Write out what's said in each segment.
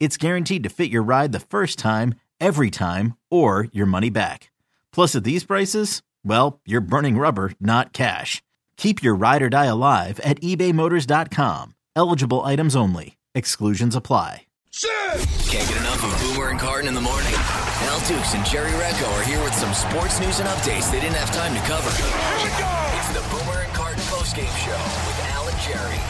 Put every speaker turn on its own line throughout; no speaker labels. it's guaranteed to fit your ride the first time, every time, or your money back. Plus, at these prices, well, you're burning rubber, not cash. Keep your ride or die alive at ebaymotors.com. Eligible items only. Exclusions apply.
Can't get enough of Boomer and Carton in the morning. Al Dukes and Jerry Recco are here with some sports news and updates they didn't have time to cover. Here we go! It's the Boomer and Carton postgame show with Al and Jerry.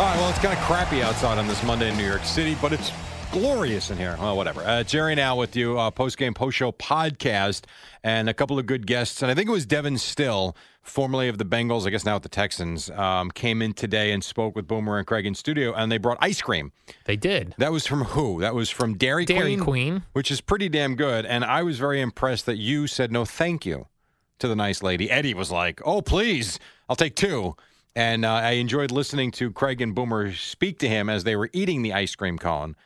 All right, well, it's kind of crappy outside on this Monday in New York City, but it's glorious in here. Well, whatever. Uh, Jerry now with you, uh, post game, post show podcast, and a couple of good guests. And I think it was Devin Still, formerly of the Bengals, I guess now at the Texans, um, came in today and spoke with Boomer and Craig in studio, and they brought ice cream.
They did.
That was from who? That was from Dairy,
Dairy Queen.
which is pretty damn good. And I was very impressed that you said no thank you to the nice lady. Eddie was like, oh, please, I'll take two. And uh, I enjoyed listening to Craig and Boomer speak to him as they were eating the ice cream cone.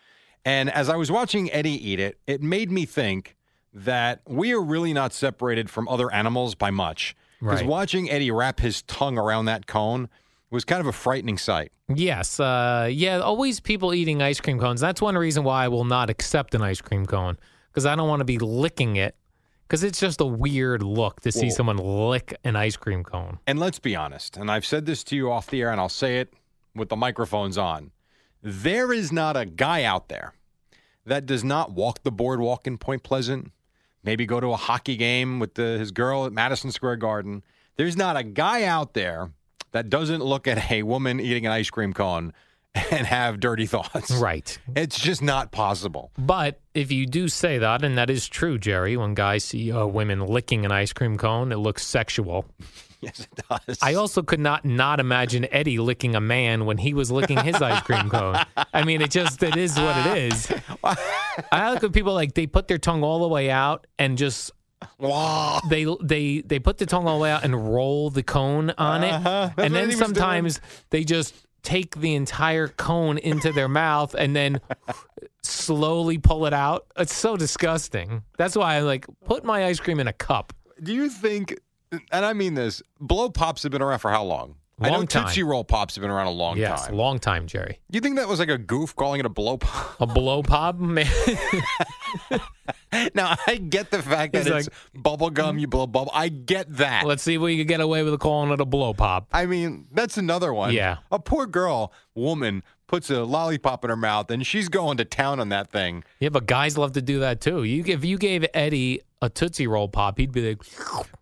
And as I was watching Eddie eat it, it made me think that we are really not separated from other animals by much. Because
Right.
watching Eddie wrap his tongue around that cone was kind of a frightening sight.
Yes. Uh, yeah, always people eating ice cream cones. That's one reason why I will not accept an ice cream cone because I don't want to be licking it because it's just a weird look to see
Well-
someone lick an ice cream cone.
And let's be honest, and I've said this to you off the air, and I'll say it with the microphones on. There is not a guy out there that does not walk the boardwalk in Point Pleasant, maybe go to a hockey game with the, his girl at Madison Square Garden. There's not a guy out there that doesn't look at a woman eating an ice cream cone and have dirty thoughts.
Right.
It's just not possible.
But if you do say that, and that is true, Jerry, when guys see uh, women licking an ice cream cone, it looks sexual.
Yes, it does.
I also could not not imagine Eddie licking a man when he was licking his ice cream cone. I mean, it just it is what it is. I like when people like they put their tongue all the way out and just
Wow.
they they they put the tongue all the way out and roll the cone on it,
Uh-huh. That's
and
what he
then
was doing.
sometimes they just take the entire cone into their mouth and then slowly pull it out. It's so disgusting. That's why I like put my ice cream in a cup.
Do you think, and I mean this, blow pops have been around for how long? I know
Long time.
Tootsie Roll pops have been around a long
yes,
time.
long time, Jerry.
you think that was like a goof calling it a blow pop?
A blow pop, man.
now I get the fact that it's
He's
bubble gum, you blow bubble. I get that.
Let's see if we can get away with calling it a blow pop.
I mean, that's another one.
Yeah.
A poor girl, woman, puts a lollipop in her mouth and she's going to town on that thing.
Yeah, but guys love to do that too. You if you gave Eddie a Tootsie Roll pop, he'd be like,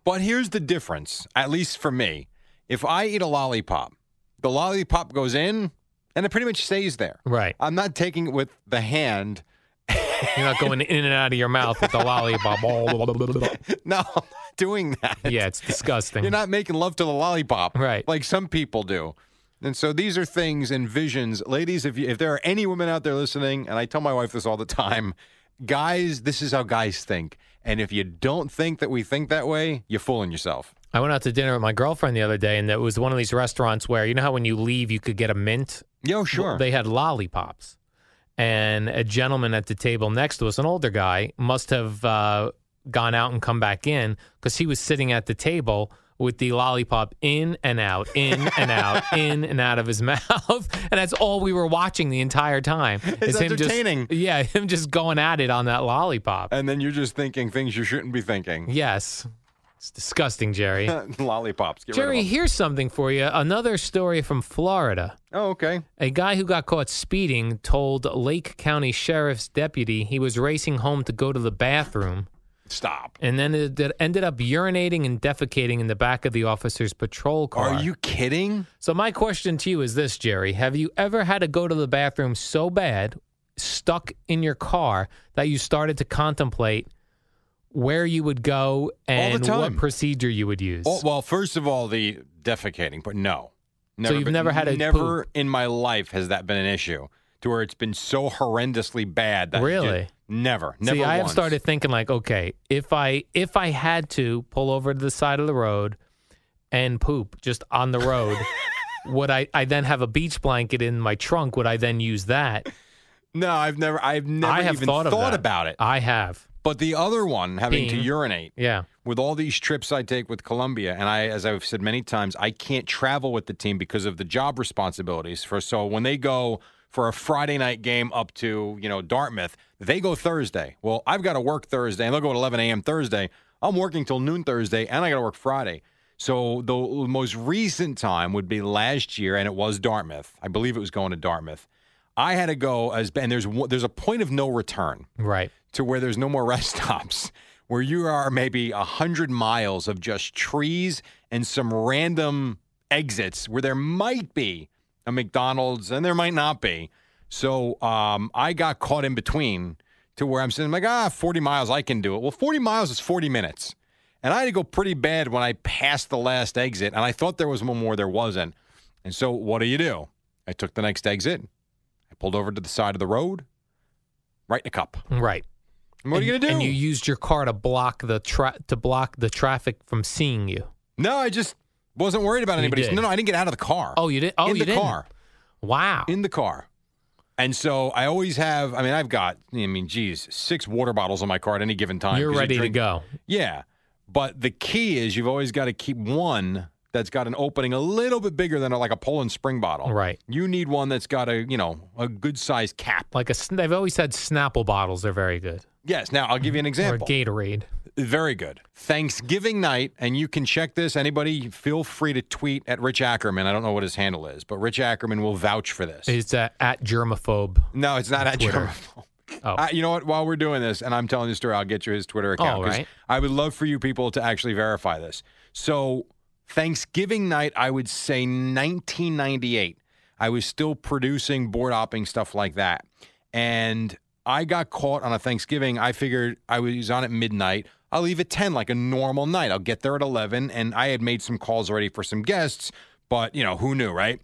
But here's the difference, at least for me. If I eat a lollipop, the lollipop goes in and it pretty much stays there.
right.
I'm not taking it with the hand
You're not going in and out of your mouth with the lollipop.
No, I'm not doing that.
yeah, it's disgusting.
You're not making love to the lollipop.
Right.
Like some people do. And so these are things and visions. Ladies, if, you, if there are any women out there listening, and I tell my wife this all the time, guys, this is how guys think. And if you don't think that we think that way, you're fooling yourself.
I went out to dinner with my girlfriend the other day, and it was one of these restaurants where you know how when you leave you could get a mint.
Yo, oh, sure.
They had lollipops, and a gentleman at the table next to us, an older guy, must have uh, gone out and come back in because he was sitting at the table with the lollipop in and out, in and out, in and out of his mouth, and that's all we were watching the entire time. It's
entertaining.
Just, yeah, him just going at it on that lollipop.
and then you're just thinking things you shouldn't be thinking.
Yes. It's disgusting, Jerry.
Lollipops. Get
Jerry,
rid of them.
here's something for you. Another story from Florida.
Oh, okay.
A guy who got caught speeding told Lake County Sheriff's deputy he was racing home to go to the bathroom
Stop.
and then it did- ended up urinating and defecating in the back of the officer's patrol car.
Are you kidding?
So my question to you is this, Jerry: Have you ever had to go to the bathroom so bad, stuck in your car, that you started to contemplate where you would go and what
time.
procedure you would use?
Oh, well, first of all, the defecating, but no.
you've
been-
never had a
never in my life has that been an issue to where it's been so horrendously bad. That
Really?
Just, never. Never.
See, I have
once.
started thinking like, okay, if I if I had to pull over to the side of the road and poop just on the road, would I I then have a beach blanket in my trunk? Would I then use that?
No, I've never. I've never
I have
even
thought, of that.
about it.
I have.
But the other one, having to
Peeing.
urinate
Yeah.
with all these trips I take with Columbia, and I, as I've said many times, I can't travel with the team because of the job responsibilities. For so when they go for a Friday night game up to you know Dartmouth, they go Thursday. Well, I've got to work Thursday, and they'll go at 11 a.m. Thursday. I'm working till noon Thursday, and I got to work Friday. So the most recent time would be last year, and it was Dartmouth. I believe it was going to Dartmouth. I had to go as and there's one- there's a point of no return
Right.
to where there's no more rest stops, where you are maybe 100 miles of just trees and some random exits where there might be a McDonald's and there might not be. So um, I got caught in between to where I'm sitting like, ah, 40 miles, I can do it. Well, 40 miles is 40 minutes. And I had to go pretty bad when I passed the last exit. And I thought there was one more, there wasn't. And so what do you do? I took the next exit. I pulled over to the side of the road, right in a cup.
Right.
What are you
And-
gonna do?
And you used your car to block the tra- to block the traffic from seeing you.
no, I just wasn't worried about
You
anybody's.
did.
No, no, I didn't get out of the car.
Oh, you didn't. Oh,
in
you
the
didn't.
car,
Wow.
in the car. And so I always have. I mean, I've got. I mean, geez, six water bottles in my car at any given time.
You're
'cause I
ready to
drink-
go.
Yeah, but the key is you've always got to keep one that's got an opening a little bit bigger than a, like a Poland Spring bottle.
Right.
You need one that's got a you know a good sized cap.
Like a, sn- they've always said Snapple bottles are very good.
Yes. Now I'll give you an example.
Or Gatorade.
Very good. Thanksgiving night, and you can check this. Anybody, feel free to tweet at Rich Ackerman. I don't know what his handle is, but Rich Ackerman will vouch for this.
It's uh, at germaphobe.
no, it's not at
Twitter.
germaphobe.
Oh.
I- you know what? While we're doing this, and I'm telling this story, I'll get you his Twitter account.
All
'cause
right.
I would love for you people to actually verify this. So, Thanksgiving night, I would say 1998. I was still producing board hopping stuff like that, and I got caught on a Thanksgiving. I figured I was on at midnight. I'll leave at 10 like a normal night. I'll get there at 11, and I had made some calls already for some guests, but you know who knew, right?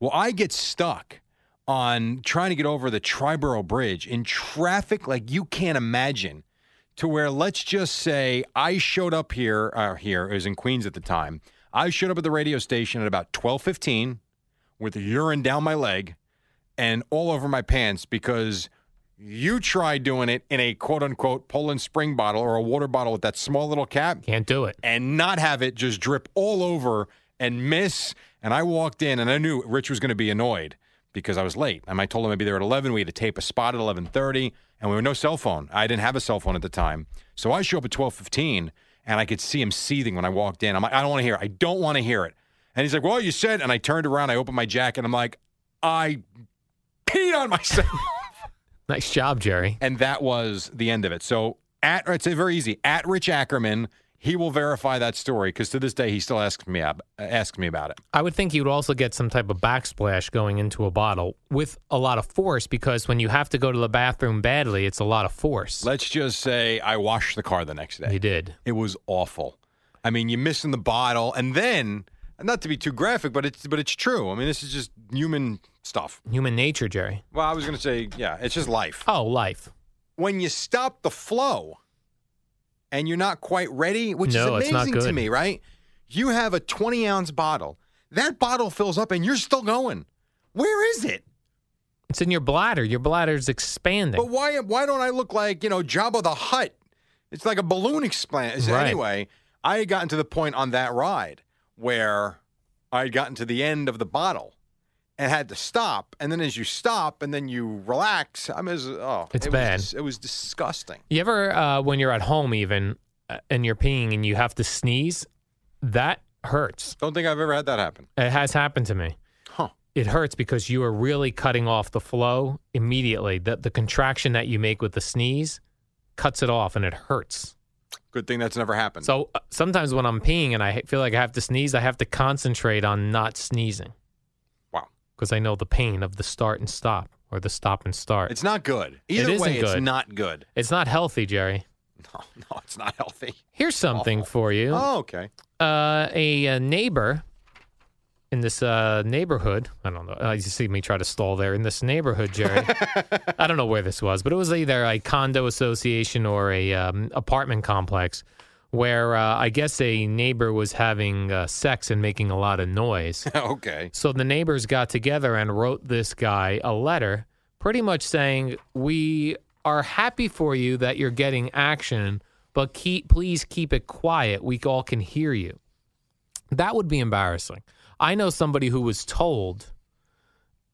Well, I get stuck on trying to get over the Triborough Bridge in traffic like you can't imagine. To where let's just say I showed up here, uh, here it was in Queens at the time. I showed up at the radio station at about twelve fifteen, with urine down my leg, and all over my pants because you tried doing it in a quote unquote Poland Spring bottle or a water bottle with that small little cap
Can't do it.
and not have it just drip all over and miss. And I walked in and I knew Rich was going to be annoyed because I was late. And I told him I'd be there at 11. We had to tape a spot at 11:30, and we were no cell phone. I didn't have a cell phone at the time, so I show up at 12:15, and I could see him seething when I walked in. I'm like, I don't want to hear it. I don't want to hear it. And he's like, Well, you said. And I turned around. I opened my jacket. I'm like, I peed on myself.
Nice job, Jerry.
and that was the end of it. So at it's very easy at Rich Ackerman, he will verify that story because to this day he still asks me ab- asks me about it.
I would think you'd also get some type of backsplash going into a bottle with a lot of force because when you have to go to the bathroom badly, it's a lot of force.
Let's just say I washed the car the next
you
day.
did.
It was awful. I mean, you're missing the bottle, and then not to be too graphic, but it's but it's true. I mean, this is just human stuff.
Human nature, Jerry.
Well, I was gonna say, yeah, it's just life.
Oh, life.
When you stop the flow, and you're not quite ready, which
No,
is
it's not
amazing to
good.
me, right? You have a 20 ounce bottle. That bottle fills up, and you're still going. Where is it?
It's in your bladder. Your bladder's expanding.
But why why don't I look like, you know, Jabba the Hutt? It's like a balloon explant. So
Right.
Anyway, I had gotten to the point on that ride where I had gotten to the end of the bottle and had to stop. And then as you stop and then you relax, I'm as oh
It's
it
bad.
Was, dis- it was disgusting.
You ever, uh, when you're at home, even uh, and you're peeing and you have to sneeze, that hurts.
Don't think I've ever had that happen.
It has happened to me.
Huh.
It hurts because you are really cutting off the flow immediately. The, the contraction that you make with the sneeze cuts it off and it hurts.
Good thing that's never happened.
So uh, sometimes when I'm peeing and I feel like I have to sneeze, I have to concentrate on not sneezing
wow.
because I know the pain of the start and stop or the stop and start.
It's not good.
It
Either
isn't
way, it's
good.
not good.
It's not healthy, Jerry.
No, no, it's not healthy.
Here's something
Awful.
for you.
Oh, okay.
Uh, a, uh neighbor in this uh, neighborhood, I don't know. Uh, you see me try to stall there in this neighborhood, Jerry. I don't know where this was, but it was either a condo association or a um, apartment complex where uh, I guess a neighbor was having uh, sex and making a lot of noise.
okay.
So the neighbors got together and wrote this guy a letter pretty much saying, We are happy for you that you're getting action, but keep please keep it quiet. We all can hear you. That would be embarrassing. I know somebody who was told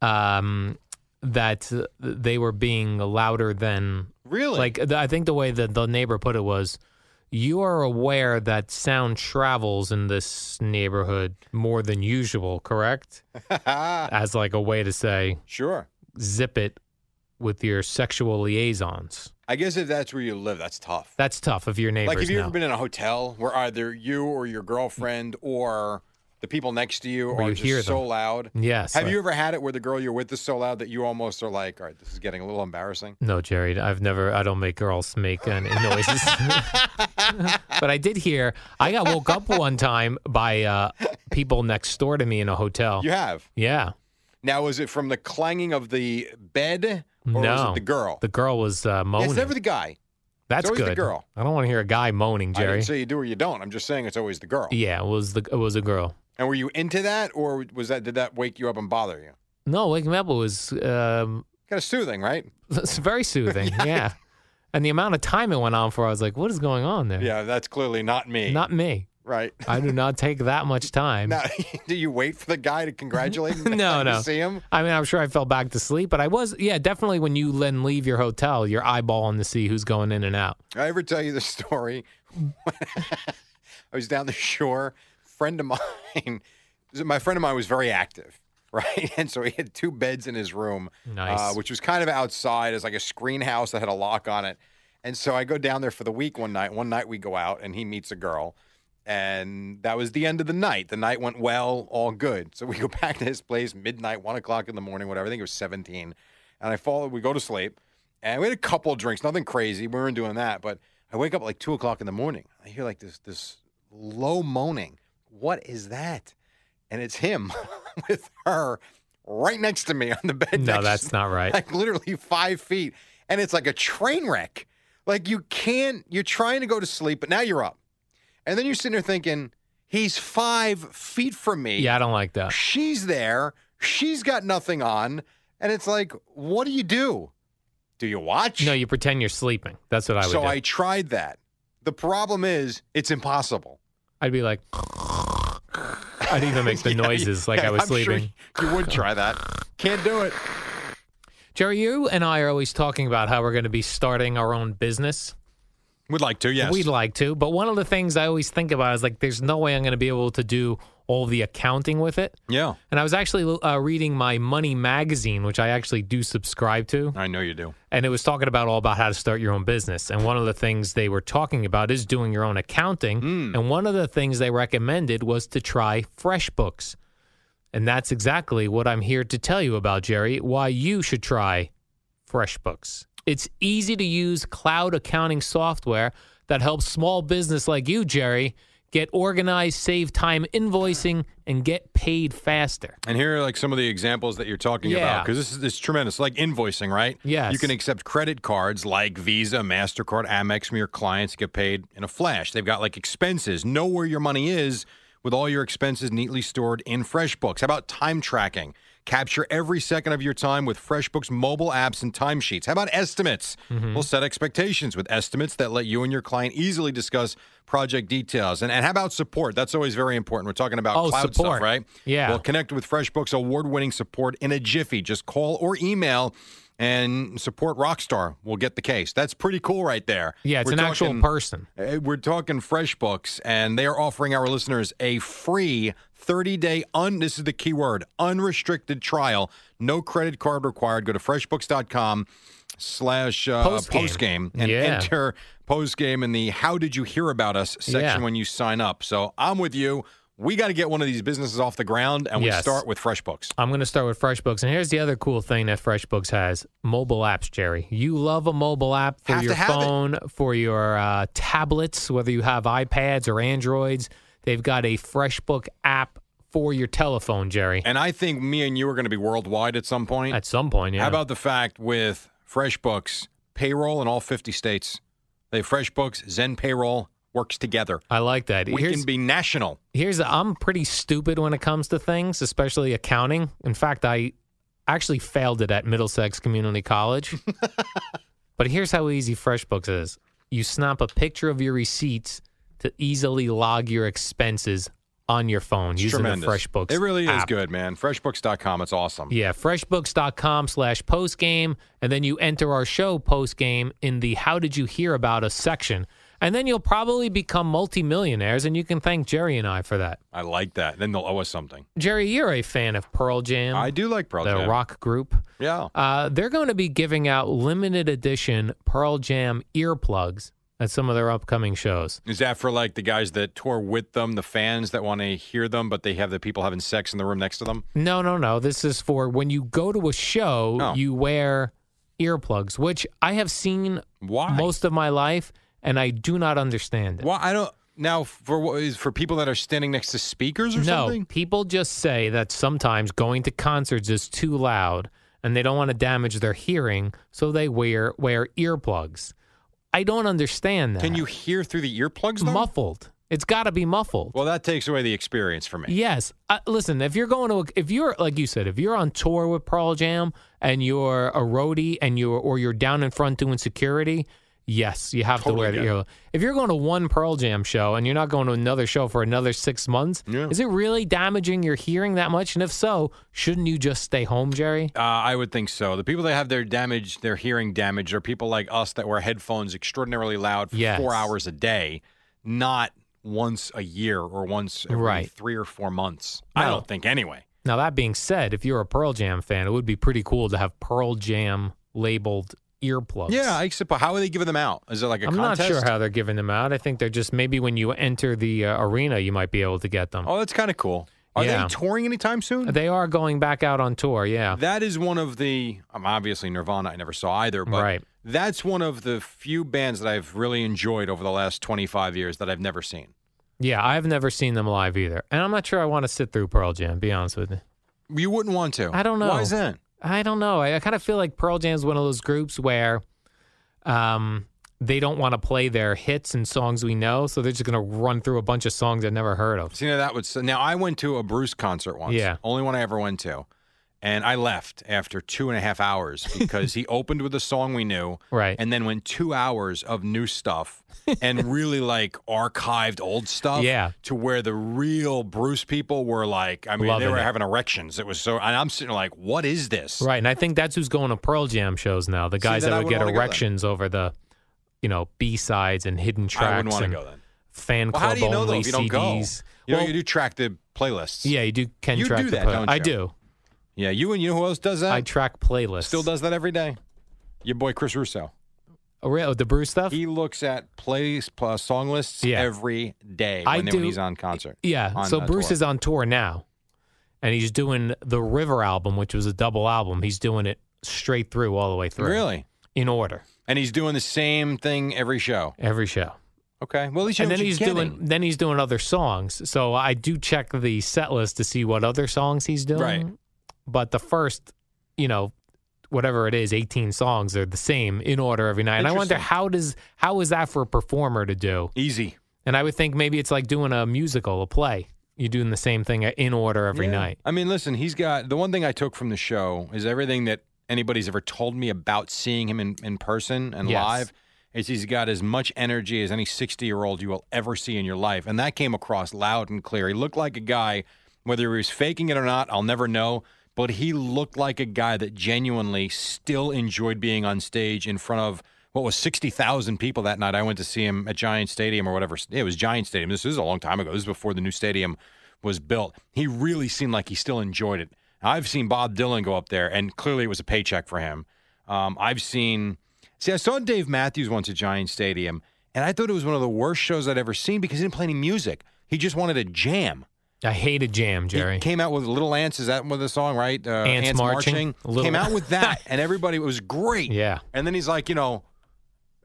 um, that uh, they were being louder than
Really?
like th- I think the way that the neighbor put it was, you are aware that sound travels in this neighborhood more than usual, correct? As like a way to say,
sure.
zip it with your sexual liaisons.
I guess if that's where you live, that's tough.
That's tough if your neighbors
like, have you
know.
ever been in a hotel where either you or your girlfriend or the people next to you
Where
are
you
just
hear
so
them.
loud?
yes.
Have you ever had it where the girl you're with is so loud that you almost are like, all right, this is getting a little embarrassing?
No, Jerry, I've never. I don't make girls make any noises. but I did hear. I got woke up one time by uh, people next door to me in a hotel.
You have.
yeah.
Now, is it from the clanging of the bed or is
no.
it the girl?
The girl was uh,
Yeah,
moaning.
it's never the guy.
That's
always the
good.
girl.
I don't want to hear a guy moaning,
I
Jerry.
didn't say you do or you don't. I'm just saying it's always the girl.
yeah, it was the it was a girl.
And were you into that, or was that did that wake you up and bother you?
No, waking me up was um,
Kind of soothing, right?
it's very soothing. yeah, and the amount of time it went on for, I was like, "What is going on there?"
Yeah, that's clearly not me.
not me.
right.
I do not take that much time.
Now, do you wait for the guy to congratulate him? the
No,
time you
no.
see him.
I mean, I'm sure I fell back to sleep, but I was, yeah, definitely when you then leave your hotel, you're eyeballing to see who's going in and out.
I ever tell you the story? I was down the shore. Friend of mine, my friend of mine was very active, right? And so he had two beds in his room,
Nice.
uh, which was kind of outside as like a screen house that had a lock on it. And so I go down there for the week one night. One night we go out and he meets a girl. And that was the end of the night. The night went well, all good. So we go back to his place, midnight, one o'clock in the morning, whatever. I think it was 17. And I fall, we go to sleep. And we had a couple drinks, nothing crazy. We weren't doing that. But I wake up at like two o'clock in the morning. I hear like this this low moaning. What is that? And it's him with her right next to me on the bed.
No,
next
that's not right.
like literally five feet, and it's like a train wreck. Like you can't. You're trying to go to sleep, but now you're up, and then you're sitting there thinking he's five feet from me.
Yeah, I don't like that.
she's there. She's got nothing on, and it's like, what do you do? Do you watch?
No, you pretend you're sleeping. That's what I would
so
do.
I tried that. The problem is, it's impossible.
I'd be like, I'd even make the
Yeah,
noises like
yeah,
I was
I'm sure
sleeping.
you would try that. Can't do it.
Jerry, you and I are always talking about how we're going to be starting our own business.
Would like to, yes.
We'd like to, but one of the things I always think about is like, there's no way I'm going to be able to do all the accounting with it.
yeah,
And I was actually uh, reading my Money magazine, which I actually do subscribe to,
I know you do.
and it was talking about all about how to start your own business. And one of the things they were talking about is doing your own accounting.
Hmm.
And one of the things they recommended was to try FreshBooks. And that's exactly what I'm here to tell you about, Jerry, why you should try FreshBooks. It's easy to use cloud accounting software that helps small business like you, Jerry, get organized, save time invoicing, and get paid faster.
And here are like some of the examples that you're talking
Yeah.
about because this is it's tremendous. Like invoicing, right?
Yes.
You can accept credit cards like Visa, Mastercard, Amex from your clients. Get paid in a flash. They've got like expenses. Know where your money is with all your expenses neatly stored in FreshBooks. How about time tracking? Capture every second of your time with FreshBooks mobile apps and timesheets. How about estimates?
Mm-hmm.
We'll set expectations with estimates that let you and your client easily discuss project details. And, and how about support? That's always very important. We're talking about
Oh,
cloud
support.
stuff, right?
Yeah.
Well, Connect with FreshBooks award winning support in a jiffy. Just call or email and support Rockstar will get the case. That's pretty cool, right there.
Yeah, it's
We're
an actual
talking-
person.
uh, We're talking FreshBooks, and they are offering our listeners a free 30-day un. This is the key word: unrestricted trial. No credit card required. Go to freshbooks.com slash uh,
Postgame.
postgame and
Yeah.
enter postgame in the "How did you hear about us?" section
Yeah.
when you sign up. So I'm with you. We got to get one of these businesses off the ground, and we
Yes.
start with FreshBooks.
I'm going to start with FreshBooks. And here's the other cool thing that FreshBooks has mobile apps, Jerry. You love a mobile app for
Have to
your
have it.
phone, for your uh, tablets, whether you have iPads or Androids. They've got a FreshBook app for your telephone, Jerry.
And I think me and you are going to be worldwide at some point.
At some point, yeah.
How about the fact with FreshBooks, payroll in all 50 states? They have FreshBooks, Zen Payroll works together.
I like that.
We
Here's-
can be national.
here's the, I'm pretty stupid when it comes to things, especially accounting. In fact, I actually failed it at Middlesex Community College. but here's how easy FreshBooks is. You snap a picture of your receipts to easily log your expenses on your phone
It's
using
tremendous.
the FreshBooks.
It really is
app.
good, man. FreshBooks.com. It's awesome.
Yeah, freshbooks.com slash postgame. And then you enter our show postgame in the How Did You Hear About Us section. And then you'll probably become multimillionaires, and you can thank Jerry and I for that.
I like that. Then they'll owe us something.
Jerry, you're a fan of Pearl Jam,
I do like Pearl
the
Jam.
rock group.
Yeah.
Uh, they're going to be giving out limited edition Pearl Jam earplugs at some of their upcoming shows.
Is that for like the guys that tour with them, the fans that want to hear them, but they have the people having sex in the room next to them?
No, no, no. This is for when you go to a show,
Oh.
you wear earplugs, which I have seen
Why?
most of my life, and I do not understand it.
Well, I don't. Now, for what is for people that are standing next to speakers or
no,
something?
people just say that sometimes going to concerts is too loud and they don't want to damage their hearing, so they wear wear earplugs. I don't understand that.
Can you hear through the earplugs though?
muffled? It's got to be muffled.
Well, that takes away the experience for me.
Yes. Uh, listen, if you're going to, a- if you're like you said, if you're on tour with Pearl Jam and you're a roadie and you're or you're down in front doing security, yes, you have
Totally
to
get
wear the ear. If you're going to one Pearl Jam show and you're not going to another show for another six months,
Yeah.
is it really damaging your hearing that much? And if so, shouldn't you just stay home, Jerry?
Uh, I would think so. The people that have their damage, their hearing damage, are people like us that wear headphones extraordinarily loud for
Yes.
four hours a day, not once a year or once every
Right.
three or four months. I
No.
don't think anyway.
Now that being said, if you're a Pearl Jam fan, it would be pretty cool to have Pearl Jam labeled earplugs.
Yeah, I suppose. How are they giving them out? Is it like a
I'm
contest?
not sure how they're giving them out. I think they're just maybe when you enter the uh, arena, you might be able to get them.
Oh, that's kind of cool. Are
Yeah.
they touring anytime soon?
They are going back out on tour. Yeah,
That is one of the. I'm obviously Nirvana. I never saw either, but
Right.
that's one of the few bands that I've really enjoyed over the last 25 years that I've never seen.
yeah. I've never seen them live either, and I'm not sure I want to sit through Pearl Jam. Be honest with you.
You wouldn't want to.
I don't know.
Why is that?
I don't know. I, I kind of feel like Pearl Jam's one of those groups where, um, they don't want to play their hits and songs we know, so they're just going to run through a bunch of songs I've never heard of.
See, now that would. so Now I went to a Bruce concert once.
Yeah.
Only one I ever went to, and I left after two and a half hours because he opened with a song we knew,
Right.
and then went two hours of new stuff and really like archived old stuff.
Yeah.
To where the real Bruce people were like, I mean,
Loving
they were
it.
having erections. It was so, and I'm sitting there like, what is this?
Right, and I think that's who's going to Pearl Jam shows now. The
See,
guys
then
that
I
would
wouldn't
get
wanna go then.
erections over the, you know, B sides and hidden tracks.
I wouldn't want to
and-
go then.
fan
Well,
club
how do you know though
only
if you don't
CDs.
go? You know,
Well,
you do track the playlists.
yeah, you do. Can
You
track
do
the
that,
play-
don't
I
you?
do.
Yeah. You and you know who else does that?
I track playlists.
Still does that every day. Your boy Chris Russo.
Oh, really? Oh, the Brew stuff.
He looks at plays uh, song lists
Yeah.
every day when,
I
they-
do-
when he's on concert.
yeah.
on,
so
uh,
Bruce
tour.
is on tour now, and he's doing the River album, which was a double album. He's doing it straight through, all the way through,
really,
in order,
and he's doing the same thing every show.
every show.
Okay, well at least you
and
know
then
what
he's
you're
doing
getting.
then he's doing other songs. So I do check the set list to see what other songs he's doing.
Right.
But the first, you know, whatever it is, eighteen songs are the same in order every night. And I wonder
Interesting.
how does how is that for a performer to do?
easy.
And I would think maybe it's like doing a musical, a play. You're doing the same thing in order every
Yeah.
night.
I mean, listen, he's got the one thing I took from the show is everything that anybody's ever told me about seeing him in, in person and
Yes.
live is he's got as much energy as any 60 year old you will ever see in your life. And that came across loud and clear. He looked like a guy, whether he was faking it or not, I'll never know. but he looked like a guy that genuinely still enjoyed being on stage in front of what was 60,000 people that night. I went to see him at Giant Stadium or whatever. It was Giant Stadium. This is a long time ago. This is before the new stadium was built. He really seemed like he still enjoyed it. I've seen Bob Dylan go up there, and clearly it was a paycheck for him. Um, I've seen, see, I saw Dave Matthews once at Giant Stadium, and I thought it was one of the worst shows I'd ever seen because he didn't play any music. He just wanted to jam.
I hated jam, Jerry.
He came out with Little Ants. Is that with the song, right? Uh,
Ants Marching. Little-
Came out with that, and everybody it was great.
Yeah.
And then he's like, you know,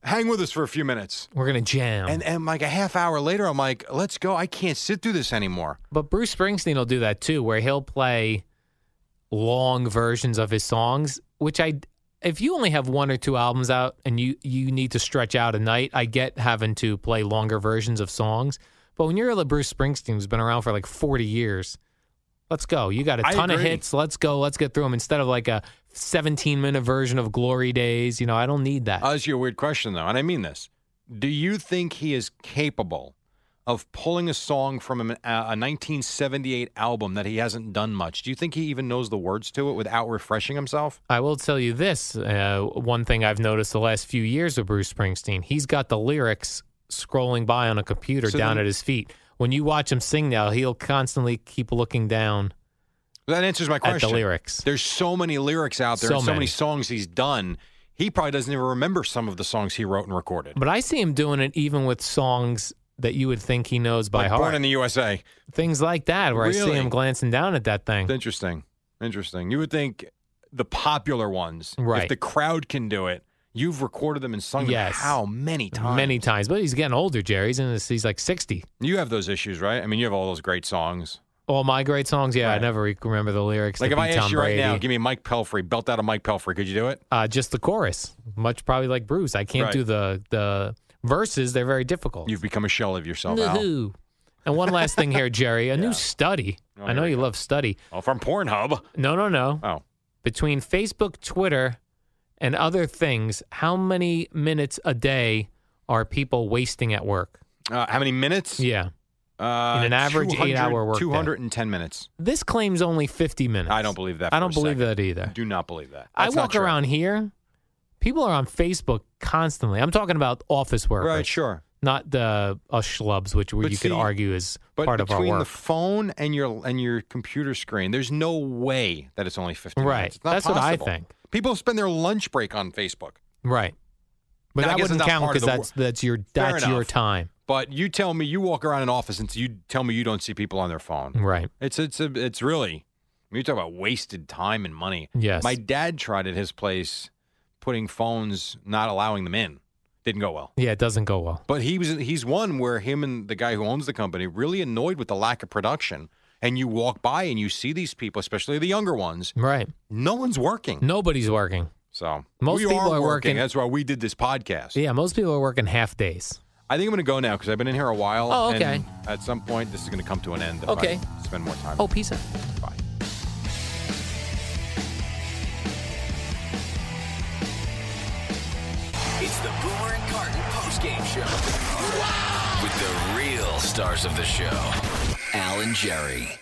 hang with us for a few minutes.
We're gonna jam.
And and like a half hour later, I'm like, let's go. I can't sit through this anymore.
But Bruce Springsteen will do that too, where he'll play long versions of his songs, which I if you only have one or two albums out and you you need to stretch out a night, I get having to play longer versions of songs. But when you're a Bruce Springsteen who's been around for like 40 years, let's go. You got a
I
ton of
agree.
hits. Let's go. Let's get through them instead of like a 17 minute version of Glory Days. You know, I don't need that.
I'll ask you a weird question though, and I mean this. Do you think he is capable of pulling a song from an, uh, a 1978 album that he hasn't done much? Do you think he even knows the words to it without refreshing himself?
I will tell you this uh, one thing I've noticed the last few years with Bruce Springsteen. He's got the lyrics scrolling by on a computer
So
down
then-
at his feet. When you watch him sing now, he'll constantly keep looking down
That answers my
at the
question.
lyrics.
There's so many lyrics out there
So
and so many.
many.
songs he's done. He probably doesn't even remember some of the songs he wrote and recorded.
But I see him doing it even with songs that you would think he knows by
like
heart.
Born in the USA.
Things like that, where I see
Really?
him glancing down at that thing.
It's interesting. Interesting. You would think the popular ones, if
Right.
the crowd can do it, you've recorded them and sung
Yes.
them how many times?
Many times. But he's getting older, Jerry. He's, in his, he's like 60.
You have those issues, right? I mean, you have all those great songs.
All my great songs, yeah, I
Right.
never re- remember the lyrics.
like
to
if I
beat Tom
asked you right
Brady.
now, give me Mike Pelfrey, belt out of Mike Pelfrey. Could you do it?
Uh, just the chorus, much probably like Bruce. I can't
Right.
do the the verses; they're very difficult.
You've become a shell of yourself, Al.
Woohoo. And one last thing here, Jerry. A new study.
Oh,
I know
here we
you
go.
love study.
Oh, from Pornhub.
No, no, no.
Oh,
Between Facebook, Twitter, and other things, how many minutes a day are people wasting at work?
uh, how many minutes?
Yeah,
Uh,
In an average
200
eight-hour workday.
210 minutes.
this claims only fifty minutes.
I don't believe that.
I
for
don't
a
believe
second.
that either.
Do not believe that.
I
That's not
walk
true.
around here. People are on Facebook constantly. I'm talking about office workers.
Right, sure.
not the us schlubs, which we-
But
you could
see,
argue is
But
part of our
between
work.
the phone and your and your computer screen, there's no way that it's only 15
Right.
minutes. It's not
That's what I
possible.
think.
People spend their lunch break on Facebook.
right, but
Now, I
that
guess it's
wouldn't
not
count
part of
because
the
that's that's your that's your
enough.
time.
But you tell me you walk around an office and you tell me you don't see people on their phone.
Right.
It's it's a, it's really you talk about wasted time and money.
Yes.
My dad tried at his place putting phones, not allowing them in. Didn't go well.
Yeah, it doesn't go well.
But he was he's one where him and the guy who owns the company really annoyed with the lack of production. And you walk by and you see these people, especially the younger ones.
Right.
No one's working.
Nobody's working.
So
Most
we
people
are
are
working.
working-
That's why we did this podcast.
Yeah, most people are working half days.
I think I'm going to go now because I've been in here a while.
Oh,
and
okay.
at some point, this is going to come to an end. if
Okay.
I spend more time.
Oh, pizza.
Bye.
It's the Boomer and Carton postgame show. With the real stars of the show, Al and Jerry.